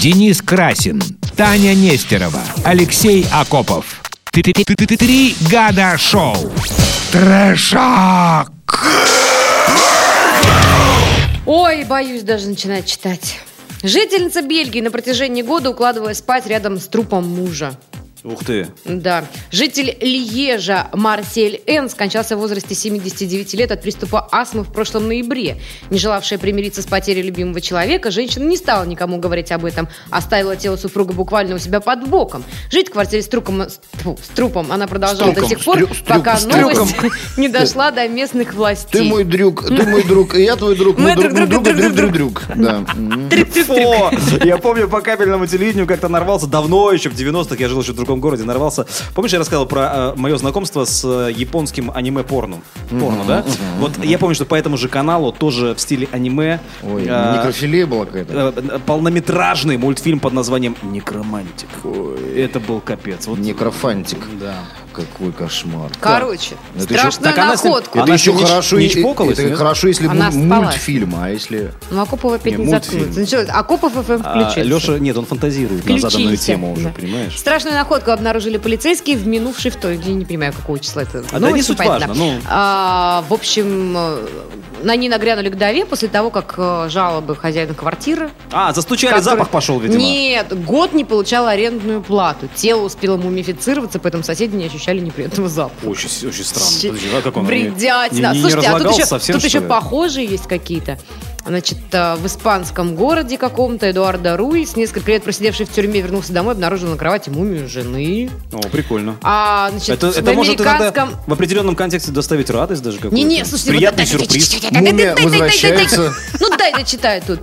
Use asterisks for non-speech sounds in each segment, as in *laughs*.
Денис Красин, Таня Нестерова, Алексей Акопов. Три года шоу. Трэшак! Ой, боюсь даже начинать читать. Жительница Бельгии на протяжении года укладывалась спать рядом с трупом мужа. Ух ты. Да. Житель Льежа Марсель Н. скончался в возрасте 79 лет от приступа астмы в прошлом ноябре. Не желавшая примириться с потерей любимого человека, женщина не стала никому говорить об этом. Оставила тело супруга буквально у себя под боком. Жить в квартире с, труком, с, тьфу, с трупом она продолжала Струком, до сих пор, стрю- стрю- пока с новость *laughs* трюком. не дошла до местных властей. Ты мой друг, ты мой друг, и я твой друг, Мы мы друг, мы друг друг, друга друг, друг, друг друг, друг. Да. *laughs* М. Фу! Я помню, по кабельному телевидению как-то нарвался давно, еще в 90-х, я жил еще в другом городе, нарвался. Помнишь, я рассказывал про мое знакомство с э, японским аниме-порно? Порно, да? Вот я помню, что по этому же каналу тоже в стиле аниме Ой, э, некрофилия была какая-то. э, э, полнометражный мультфильм под названием «Некромантик». Это был капец. Вот Некрофантик. Да. Какой кошмар. Короче, Это еще- страшную так она с ним- находку. Она Это еще еще не ч- хорошо, не и- чпокалась, это нет? хорошо, если Она мульт- спала. мультфильм, а если... Ну, Акопова опять Не, не, мультфильм. заткнется. Ну, а Началось. Акопов ФМ А, включился. Леша, нет, он фантазирует на заданную Включился. тему уже, Да. понимаешь? Страшную находку обнаружили полицейские в минувший вторник. Я не понимаю, какого числа это. А Ну, да не очень суть понятно. важно, ну. А, в общем, э, на ней нагрянули к дове после того, как э, жалобы хозяина квартиры. А, застучали, который- запах пошел, видимо. Нет, год не получал арендную плату. Тело успело мумифицироваться, поэтому соседи не ощущали неприятного запаха. Очень, очень Вообще странно. Подожди, а как он? Бредятина. Не- не- не Слушайте, а тут разлагался еще, совсем, тут что еще ли? похожие есть какие-то. Значит, э, в испанском городе каком-то Эдуардо Руис, несколько лет просидевший в тюрьме, вернулся домой, обнаружил на кровати мумию жены. О, прикольно. А, значит, это, в это может иногда американском... в определенном контексте доставить радость даже какую-то. Не-не, слушайте, вот Приятный это- сюрприз. Мумия возвращается. Ну дай дочитаю тут.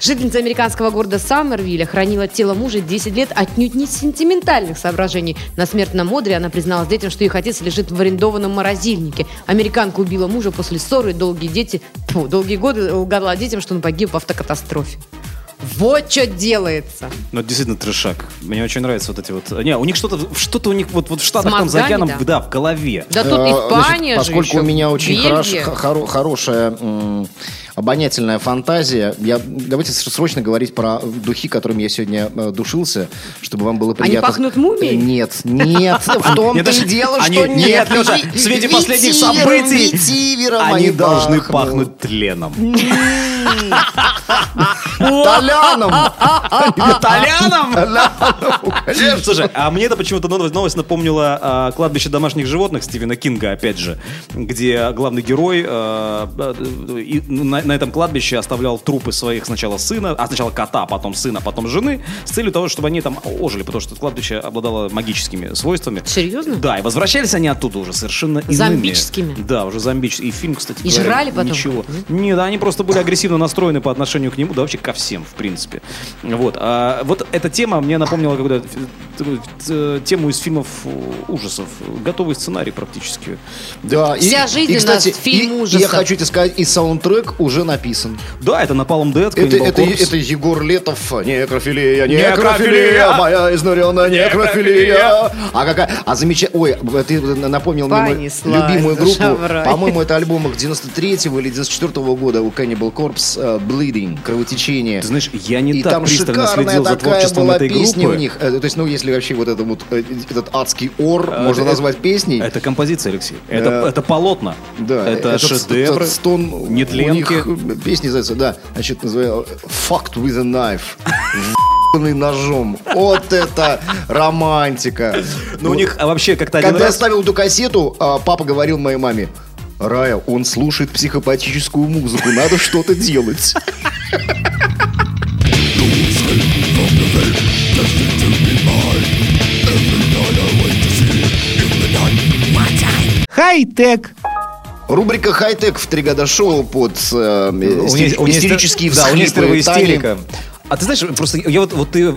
Жительница американского города Саммервилля хранила тело мужа 10 лет отнюдь не из сентиментальных соображений. На смертном одре она призналась детям, что их отец лежит в арендованном морозильнике. Американка убила мужа после ссоры, и долгие дети, тьфу, долгие годы лгала детям, что он погиб в автокатастрофе. Вот что делается. Ну, это действительно трешак. Мне очень нравятся вот эти вот... Не, у них что-то, что-то у них вот, вот в Штатах там за мозгами, океаном, да? да? в голове. Да А тут Э, Испания значит, же Поскольку еще, у меня очень хорош- Бельгия. х- хоро- хорошая м, обонятельная фантазия, я, давайте с- срочно говорить про духи, которыми я сегодня э, душился, чтобы вам было приятно. Э, пахнут мумией? Нет, нет, в Нет, том-то и даже- дело, они- что нет, нет. Лёша, ви- в свете последних ветивером, событий ветивером Они должны пахнут. пахнуть тленом. Толяном! *laughs* Толяном! ну, Слушай, а мне это почему-то новость, новость напомнила а, кладбище домашних животных Стивена Кинга, опять же, где главный герой а, а, и на, на этом кладбище оставлял трупы своих сначала сына, а сначала кота, потом сына, потом жены, с целью того, чтобы они там ожили, потому что это кладбище обладало магическими свойствами. Серьезно? Да, и возвращались они оттуда уже совершенно иными. Зомбическими? Да, уже зомбическими. И фильм, кстати, И говоря, жрали потом? Ничего. Нет, они просто были агрессивно настроены по отношению к нему, да вообще ко всем, в принципе. Вот. А вот эта тема мне напомнила когда э, тему из фильмов ужасов. Готовый сценарий практически. Да, и- Вся жизнь и, у нас кстати, фильм и- ужасов. Я хочу тебе сказать, и саундтрек уже написан. Да, это Напалм Дэд, Это, Cannibal это, Corpse. это Егор Летов. Некрофилия, Некрофилия. некрофилия, моя изнуренная некрофилия. А какая... А замечательно... Ой, ты напомнил мне мою Понеслась, любимую душа группу. в рай. По-моему, это альбом их 93-го или 94-го года у Cannibal Corpse э, Bleeding, кровотечение. Ты знаешь, я не И так там пристально шикарная следил за такая творчеством была этой песня у группы. них. Э, То есть, ну, если вообще вот это вот, э, этот адский ор А, можно это- назвать песней. Это композиция, Алексей. Это, Да. это полотно. Да, это, этот шедевры. ст- стон нетленки. У них э, песня называется, да, значит, называется «Fucked with a knife». Вб***ный ножом. Вот это романтика. Ну, у них а, вообще как-то один Когда я раз... ставил эту кассету, а, папа говорил моей маме, Рая, он слушает психопатическую музыку, надо что-то делать. Хай-тек. Рубрика «Хай-тек» в три года шоу под э, э, истери- истерические Да, у всхлипы Нестерова Тани. истерика. А ты знаешь, просто я вот, вот ты э,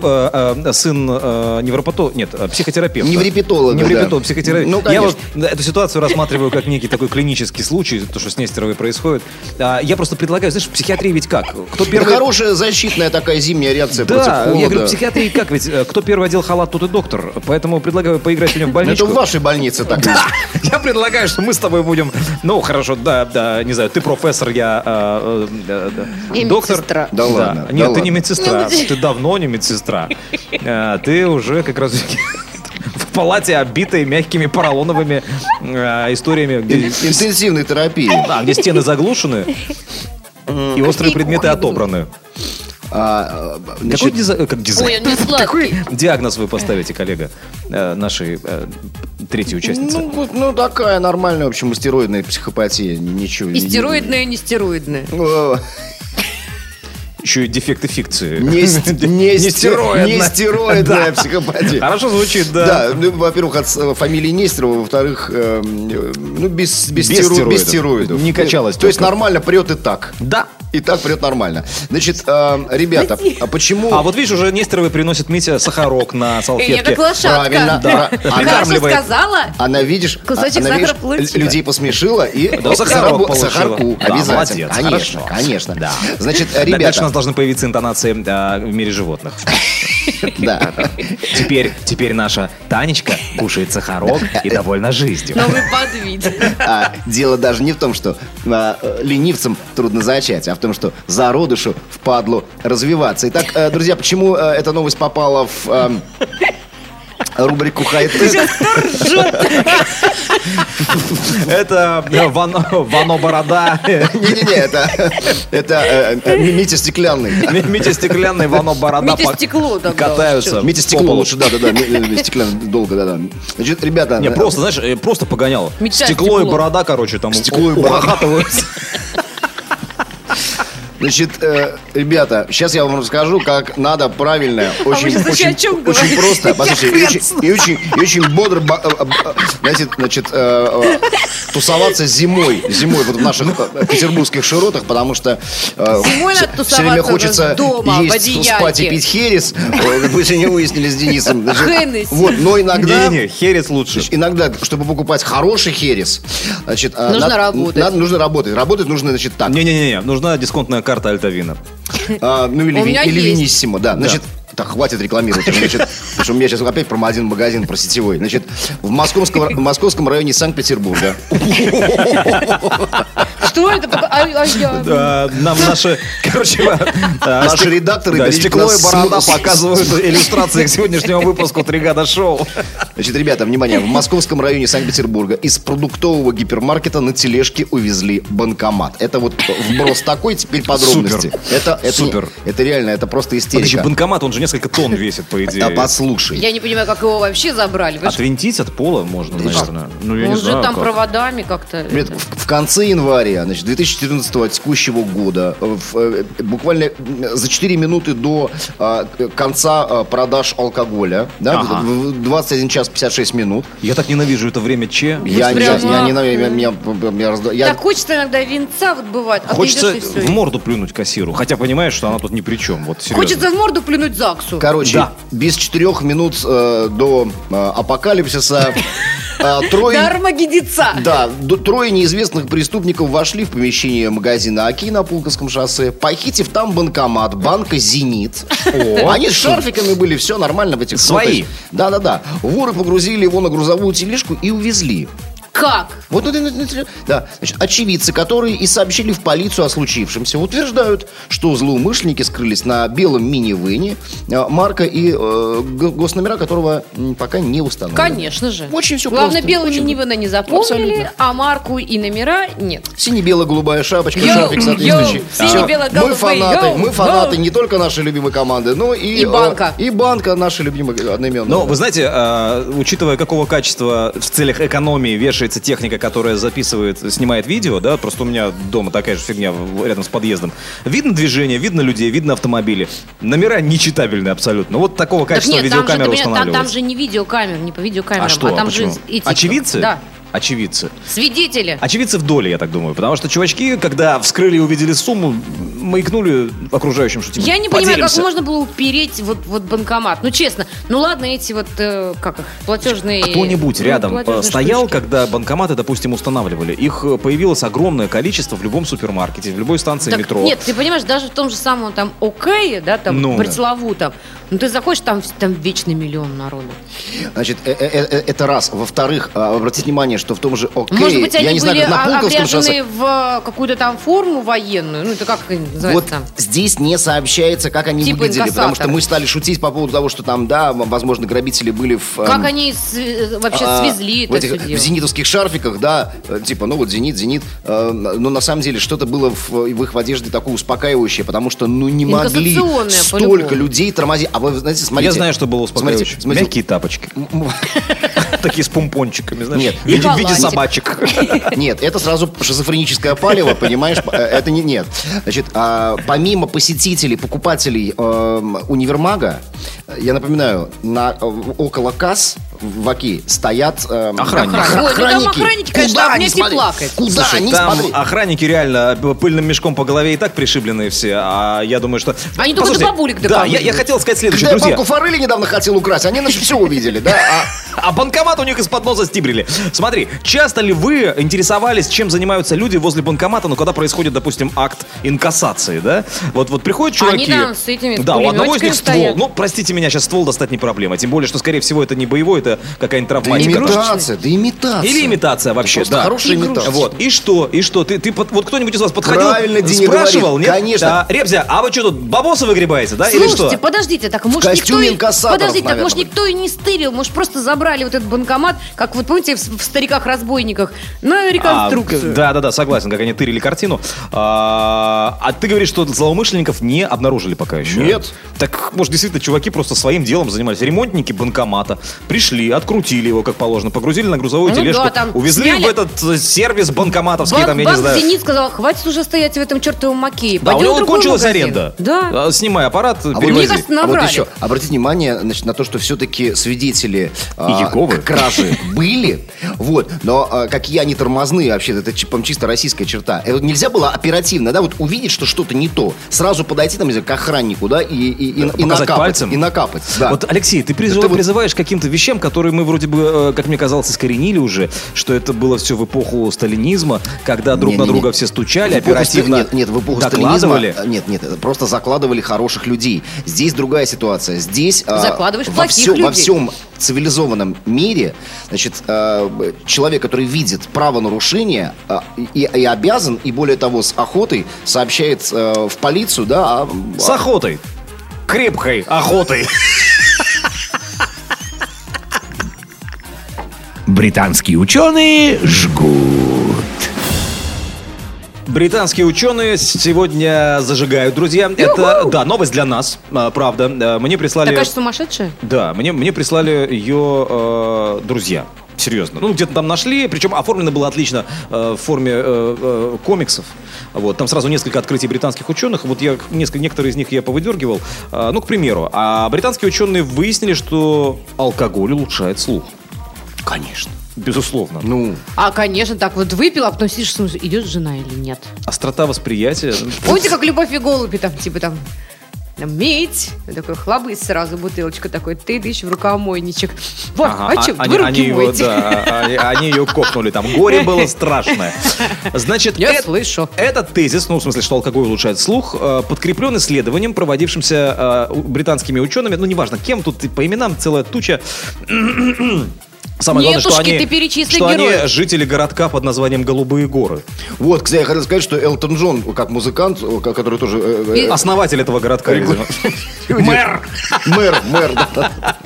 э, сын э, невропато... Нет, э, психотерапевта. Неврепетолога, Неврепетолог, да. психотерапевт. Ну, я конечно. вот э, эту ситуацию рассматриваю как некий такой клинический случай, то, что с Нестеровой происходит. А, я просто предлагаю, знаешь, в психиатрии ведь как? Кто Это первый... хорошая защитная такая зимняя реакция против Да, я говорю, в холода. психиатрии как ведь? э, Кто первый одел халат, тот и доктор. Поэтому предлагаю поиграть сегодня в Ну, Это больничку. в вашей больнице так. *laughs* Я предлагаю, что мы с тобой будем... Ну, хорошо, да, да, не знаю, ты профессор, я э, э, э, И доктор. медсестра. Ну, Да ладно, да Нет, ты ладно. не медсестра. медсестра. минуте. Ты давно *laughs* не медсестра. Э, Ты уже как раз *laughs* в палате обитой мягкими поролоновыми э, историями, где, Интенсивной терапии. да, где стены заглушены и острые предметы отобраны. А, э, Какой значит, диза- как Ой, дизайн? он не сладкий. Какой диагноз вы поставите, коллега, э, нашей э, третьей участницы? ну, вот, ну, такая нормальная, в общем, стероидная психопатия. н- Ничего. И стероидная, и нестероидная. Э, Еще и дефекты фикции. Не *laughs* ст- *laughs* не стероидная. стероидная. Не стероидная психопатия. Хорошо звучит, да. Да, ну, во-первых, от с- фамилии Нестерова, во-вторых, эм, э, ну, без, без, Без стеро- стероидов. без стероидов. Э, Не качалась То есть только. нормально прет и так. Да. И так прет нормально. Значит, эм, ребята, а почему... А вот видишь, уже Нестеровы приносит Митя сахарок на И я салфетке. как лошадка. Правильно, да. А Хорошо Прикармливает. сказала. А Она, видишь, а, Кусочек она, сахара видишь, получила. людей посмешила и Да, сахарок зарабо- получила. сахарку Да, обязательно. молодец, хорошо. конечно, конечно. Да. Значит, Да, Дальше у нас ребята, должны появиться интонации э, в мире животных. да. Теперь, теперь наша Танечка кушает сахарок и довольна жизнью. Новый подвид. А, дело даже не в том, что а, э, ленивцам трудно зачать, а в том, что зародышу впадлу развиваться. Итак, э, друзья, почему э, эта новость попала в эм, рубрику «Хай-тек»? Это э, Вано, Вано Борода, *laughs* э, Не-не-не, это, это э, э, Митя Стеклянный. Митя Стеклянный, Вано Борода Митя пок- Стекло там катаются. Митя по Стекло полу. лучше, да-да-да, Ми- э, Стеклянный долго, да-да. Значит, ребята... Не, э, просто, знаешь, э, просто погонял. Мечтать Стекло и стекло. борода, короче, там Стекло и у- борода. *laughs* ухахатываются. Значит, э, ребята, сейчас я вам расскажу, как надо правильно, очень, А сейчас вообще очень, о чем очень говорите? просто, Я послушайте, и хрен очень, и очень, и очень бодро, ба- э, э, знаете, значит, э, э, тусоваться зимой, зимой вот в наших э, петербургских широтах, потому что э, Зимой надо все время тусоваться хочется дома, в есть, спать и одеялке. пить херес, Э, мы сегодня выяснили с Денисом. Значит, Хеннесси. Вот, но иногда... Не-не-не, херец лучше. Значит, Иногда, чтобы покупать хороший херес, значит, э, Нужно над- работать. надо- нужно работать. Работать нужно, значит, так. Не-не-не, нужна дисконтная карта Альтавина. А, ну или, У ви- меня или есть. Виниссимо, да. Значит, так, хватит рекламировать. уже, Значит, потому что у меня сейчас опять про один магазин, про сетевой. Значит, в московском, в московском районе Санкт-Петербурга. Что это? такое? А- а я- Э, Нам наши, *laughs* короче, э, Наши стек- редакторы да, берегут стекло нас и борода с- показывают иллюстрации к сегодняшнему выпуску «Три года шоу». Значит, ребята, внимание, в московском районе Санкт-Петербурга из продуктового гипермаркета на тележке увезли банкомат. Это вот вброс такой, теперь подробности. Это, это, Супер. это реально, это просто Подожди, истерика. банкомат, он же несколько тонн весит, по идее. А послушай. Я не понимаю, как его вообще забрали. Вы ж- Отвинтить от пола можно, наверное. Ну, я Он А не же знаю, там как. проводами как-то. Привет, это. в, в конце января, значит, 2014 текущего года, э, в, э, буквально м, за 4 минуты до э, к- конца э, продаж алкоголя, да, Ага. в- в 21 час 56 минут, Я так ненавижу это время Че. я, не- прямо- а, я, не знаю, я, я- я- я разда- я- Так хочется иногда винца вот бывает. а ты Хочется идешь и всё. в морду плюнуть кассиру. Хотя понимаешь, что она тут ни при чем. Вот серьезно. Хочется в морду плюнуть ЗАГСу. короче, Да. без 4 минут э, до э, апокалипсиса э, трое... Дарма гидица. Да, д- трое неизвестных преступников вошли в помещение магазина «Аки» на Пулковском шоссе, похитив там банкомат банка «Зенит». Они с шарфиками были, все нормально в этих Свои. ну, то есть- Да-да-да. Воры погрузили его на грузовую тележку и увезли. Как? Вот это- это- это- да, значит, очевидцы, которые и сообщили в полицию о случившемся, утверждают, что злоумышленники скрылись на белом мини-вене, э, марка и э, го- госномера которого м, пока не Ну, установлен. Конечно же. Очень всё Главное, просто. белыми Очень- Нивена не запомнили, Абсолютно. а марку и номера нет. Сине-бело-голубая шапочка, Йоу, шарфик соответствующий. йоу, Всё. сине-бело-голубые, Мы фанаты, йоу, мы фанаты йоу. не только нашей любимой команды, но и... И банка. э, И банка нашей любимой одноименной. Но Ну, вы знаете, э, учитывая, какого качества в целях экономии вешается техника, которая записывает, снимает видео, да, просто у меня дома такая же фигня в- рядом с подъездом. Видно движение, видно людей, видно автомобили. Номера нечитабельные абсолютно. Вот такого Так качества нет, там же, ты видеокамеры понимаешь, там, устанавливают. там же не видеокамера, не по видеокамерам, а что? там Почему? же эти... Очевидцы? Да. Очевидцы. Свидетели. Очевидцы в доле, я так думаю. Потому что чувачки, когда вскрыли и увидели сумму, маякнули окружающим, что типа, Я не понимаю, как поделимся. можно было упереть вот, вот банкомат. Ну, честно. Ну, ладно, эти вот, э, как их, платежные... А Кто-нибудь ну, рядом э, платежные стоял, штучки. когда банкоматы, допустим, устанавливали? Их э, появилось огромное количество в любом супермаркете, в любой станции Так, метро. Нет, ты понимаешь, даже в том же самом там ОКе, да, там, Ну, да. пресловутом, ну, ты заходишь, там, там вечный миллион народу. Значит, э- э- э- это раз. Во-вторых, а, обратите внимание, что в том же ОК, Может быть, я они не были знаю, как на о- Пулковском шоссе. обряжены в э, какую-то там форму военную, ну это как они Вот называется там? здесь не сообщается, как они Типа выглядели, потому инкассаторы. что мы стали шутить по поводу того, что там, да, возможно, грабители были в... эм, Как они с- э, вообще а, свезли в, это этих, все в дело? зенитовских шарфиках, да, э, типа, ну вот зенит, зенит. э, но на самом деле что-то было в, в их одежде такое успокаивающее, потому что, ну, не могли Инкассационное, столько по-любому. людей тормозить. А вы знаете, смотрите. Я знаю, что было успокаивающе. Смотрите, смотрите, Мягкие тапочки. *laughs* Такие с пумпончиками, знаешь. Нет. в виде- в виде Халатик. собачек. *laughs* Нет, это сразу шизофреническое палево, понимаешь? Э, Это не нет. Значит, а, помимо посетителей, покупателей эм, универмага, э, я напоминаю, на э, около касс в Оки стоят эм, Охранники. Ой, ну там охранники, конечно, Куда об они нефть и смотри- плакать. Куда Слушай, они там смотри- охранники реально э, пыльным мешком по голове и так пришибленные все, а я думаю, что... Они только Послушайте, до бабулек Да, я, докапываются. я хотел сказать следующее, Когда я друзья. банку форели недавно хотел украсть, они, значит, все увидели, да? А- А банкомат у них из-под носа стибрили. Смотри, часто ли вы интересовались, чем занимаются люди возле банкомата, ну, когда происходит, допустим, акт инкассации, да? Вот, вот приходят чуваки... Они там с этими, с Да, у одного из пулемётчиками них ствол. стоят. Ну, простите меня, сейчас ствол достать не проблема. Тем более, что, скорее всего, это не боевой, это какая-нибудь Да травматика. имитация, да имитация. Или имитация вообще, просто да. хорошая Игрушечная. имитация. Вот, и что, и что? Ты, ты под- вот кто-нибудь из вас подходил, Правильно Диня спрашивал, говорит, нет? конечно. Да, Ребзя, а вы что тут, бабосы выгребаете, да, или Слушайте, что? подождите, так может никто костюме и... инкассаторов, Подождите, так наверное, может будет. никто и не стырил, может просто забрали вот этот банкомат, как вот помните в, в «Стариках-разбойниках», Ну, на реконструкцию. А, Да, да, да, согласен, как они тырили картину. А, а ты говоришь, что злоумышленников не обнаружили пока еще. Нет. Так, может, действительно, чуваки просто своим делом занимались. Ремонтники банкомата пришли, открутили его, как положено, погрузили на грузовую Ну тележку, да, там увезли сняли. в этот э, сервис банкоматовский, Банк, А, там, я не банк знаю. «Зенит» сказал, хватит уже стоять в этом чертовом маке. Да, у Пойдем в него другой кончилась магазин». аренда. Да. А, Снимай аппарат, А вот, перевози. Мне кажется, а вот набрали. еще, обратите внимание значит, на то, что все-таки свидетели а, Яковы. к- кражи были, вот, но а, какие они тормозные вообще, это чи- по-моему, чисто российская черта. И вот нельзя было оперативно, да, вот увидеть, что что-то не то, сразу подойти там, не знаю, к охраннику, да, и, и- и- и показать накапать. пальцем? И накапать, да. Вот, Алексей, ты призыв- Это вот- призываешь к каким-то вещам, которые мы вроде бы, э, как мне казалось, искоренили уже, что это было все в эпоху сталинизма, когда друг на Не-не-не. друга все стучали, В эпоху оперативно ста- Нет, нет, в эпоху сталинизма... докладывали. э, Нет, нет, это просто закладывали хороших людей. Здесь другая ситуация. Здесь... э, Закладываешь во плохих всем, Во людей. всем цивилизованном мире, значит, э, б- человек, который видит правонарушение э, и, и обязан, и более того, с охотой сообщает э, в полицию, да... а- С охотой. Крепкой *laughs* охотой. Британские ученые жгут. Британские ученые сегодня зажигают, друзья. Это, да, новость для нас, а, правда. Э, Мне прислали... а Такая же а сумасшедшая. Да, мне, мне прислали ее э, друзья. Серьезно. Ну, где-то там нашли, причем оформлено было отлично э, в форме э, э, комиксов. Вот, там сразу несколько открытий британских ученых. Вот я несколько, некоторые из них я повыдергивал. Э, ну, к примеру, а британские ученые выяснили, что алкоголь улучшает слух. Конечно. Безусловно. Ну, А, конечно, так вот выпила, а потом сидишь, смотришь, идет жена или нет. Острота восприятия. Помните, как «Любовь и голуби» там, типа там, там, медь, такой хлобысь сразу, бутылочка такой, ты дышишь в рукомойничек. Вот, Ага, а, чё, вы руки его, моете. да, они, они ее копнули там. Горе было страшное. Значит, Я э- слышу. этот тезис, ну, в смысле, что алкоголь улучшает слух, э, подкреплен исследованием, проводившимся э, у- британскими учеными, ну, неважно, кем, тут и по именам целая туча. *clears throat* Самое главное, Нетушки, что они, ты перечисли что они героев. жители городка под названием Голубые горы. вот, кстати, я хотел сказать, что Элтон Джон, как музыкант, э, ко- который тоже... э, э, И- Основатель этого городка, видимо. *laughs* Мэр! Мэр, мэр, да. *laughs*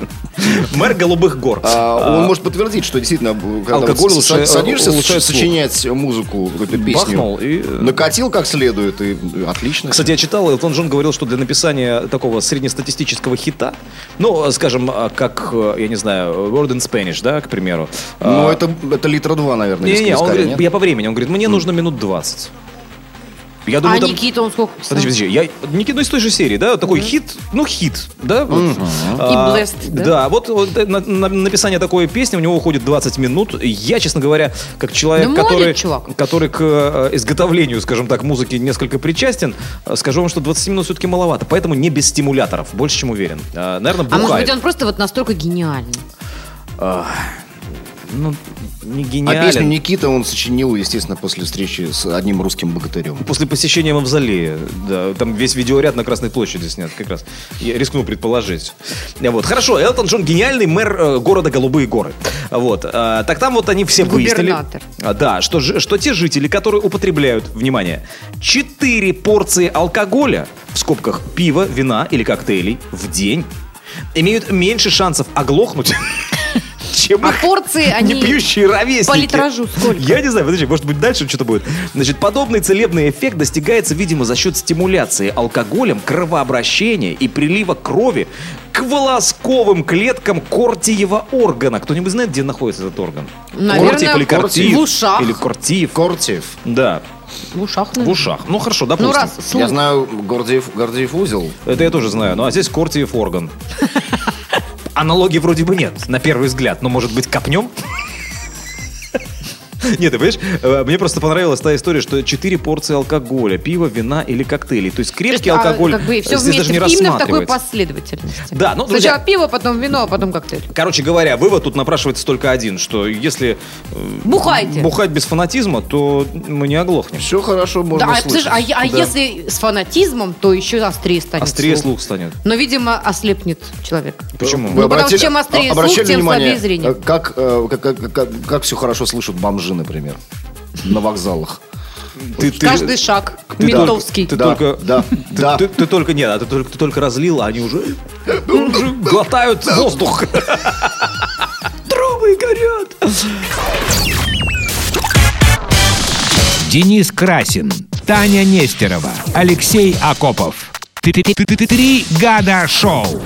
мэр Голубых гор. А, он может подтвердить, что действительно, когда алкоголь вот с- улучшает- садишься улучшает слух. сочинять музыку, эту песню, Бахнул и, э, накатил как следует, и э, отлично. Кстати, я читал, Элтон Джон говорил, что для написания такого среднестатистического хита, ну, э, скажем, э, как, э, я не знаю, Word in Spanish, да, к примеру. ну, а, это, это литра два, наверное, Не-не, вискаря, он говорит, нет? я по времени. Он говорит, мне нужно минут 20. Я А думаю, Ну, там... Никита, он сколько писал? Подожди, подожди, я Никита, ну, из той же серии, да, вот такой хит, ну хит, да? вот. А, И blessed, да? вот, вот, э, на- на написание такой песни у него уходит 20 минут. Я, честно говоря, как человек, Да Ну, молодец, который, чувак. который к э, изготовлению, скажем так, музыки несколько причастен, э, скажу вам, что 20 минут все-таки маловато, поэтому не без стимуляторов, больше чем уверен. Э, Наверное, А бухает. может быть, он просто вот настолько гениальный. ну, не А гениален. песню Никита он сочинил, естественно, после встречи с одним русским богатырем. После посещения Мавзолея, да, там весь видеоряд на Красной площади снят как раз. Я рискну предположить. А Вот, хорошо, Элтон Джон гениальный мэр э, города Голубые горы. А Вот, а, так там вот они все выяснили. Губернатор. А, Да, что, же- что те жители, которые употребляют, внимание, 4 порции алкоголя, в скобках пива, вина или коктейлей в день, имеют меньше шансов оглохнуть, *laughs* чем А их порции они... не пьющие ровесники. по литражу сколько? Я не знаю, подожди, может быть дальше что-то будет. Значит, подобный целебный эффект достигается, видимо, за счет стимуляции алкоголем, кровообращения и прилива крови к волосковым клеткам кортиева органа. Кто-нибудь знает, где находится этот орган? Наверное, Кортиев или кортиев? в ушах. Или кортиев. Кортиев. Да, В ушах, в наверное. ушах. Ну хорошо, допустим. Ну раз, слух. Я знаю Гордиев, Гордиев узел. Это я тоже знаю. Ну а здесь кортиев орган. Аналогии вроде бы нет, на первый взгляд. Но, может быть, копнем? Нет, ты понимаешь, э, мне просто понравилась та история, что 4 порции алкоголя, пива, вина или коктейлей. То есть крепкий А, алкоголь как бы, все здесь вместе, даже не именно в такой рассматривается. последовательности. Да, ну, друзья- Сначала пиво, потом вино, а потом коктейль. Короче говоря, вывод тут напрашивается только один, что если э, Бухайте. бухать без фанатизма, то мы не оглохнем. Все хорошо, можно Да, а, слышать. слышишь, а, е- а Да. если с фанатизмом, то еще острее станет Острее слух станет. Но, видимо, ослепнет человек. Почему? Вы Ну, потому что чем острее а- слух, обращали тем внимание, слабее зрение. э, Как, э, как, как, как, как все хорошо слышат бомжи, например, на вокзалах. Ты- ты- Каждый шаг ты только- ментовский. Ты Да, только... да, *laughs* ты- да. Ты, ты только... Нет, а ты только, ты только разлил, а они уже, уже глотают воздух. Трубы горят. Денис Красин, Таня Нестерова, Алексей Акопов. Три гада шоу.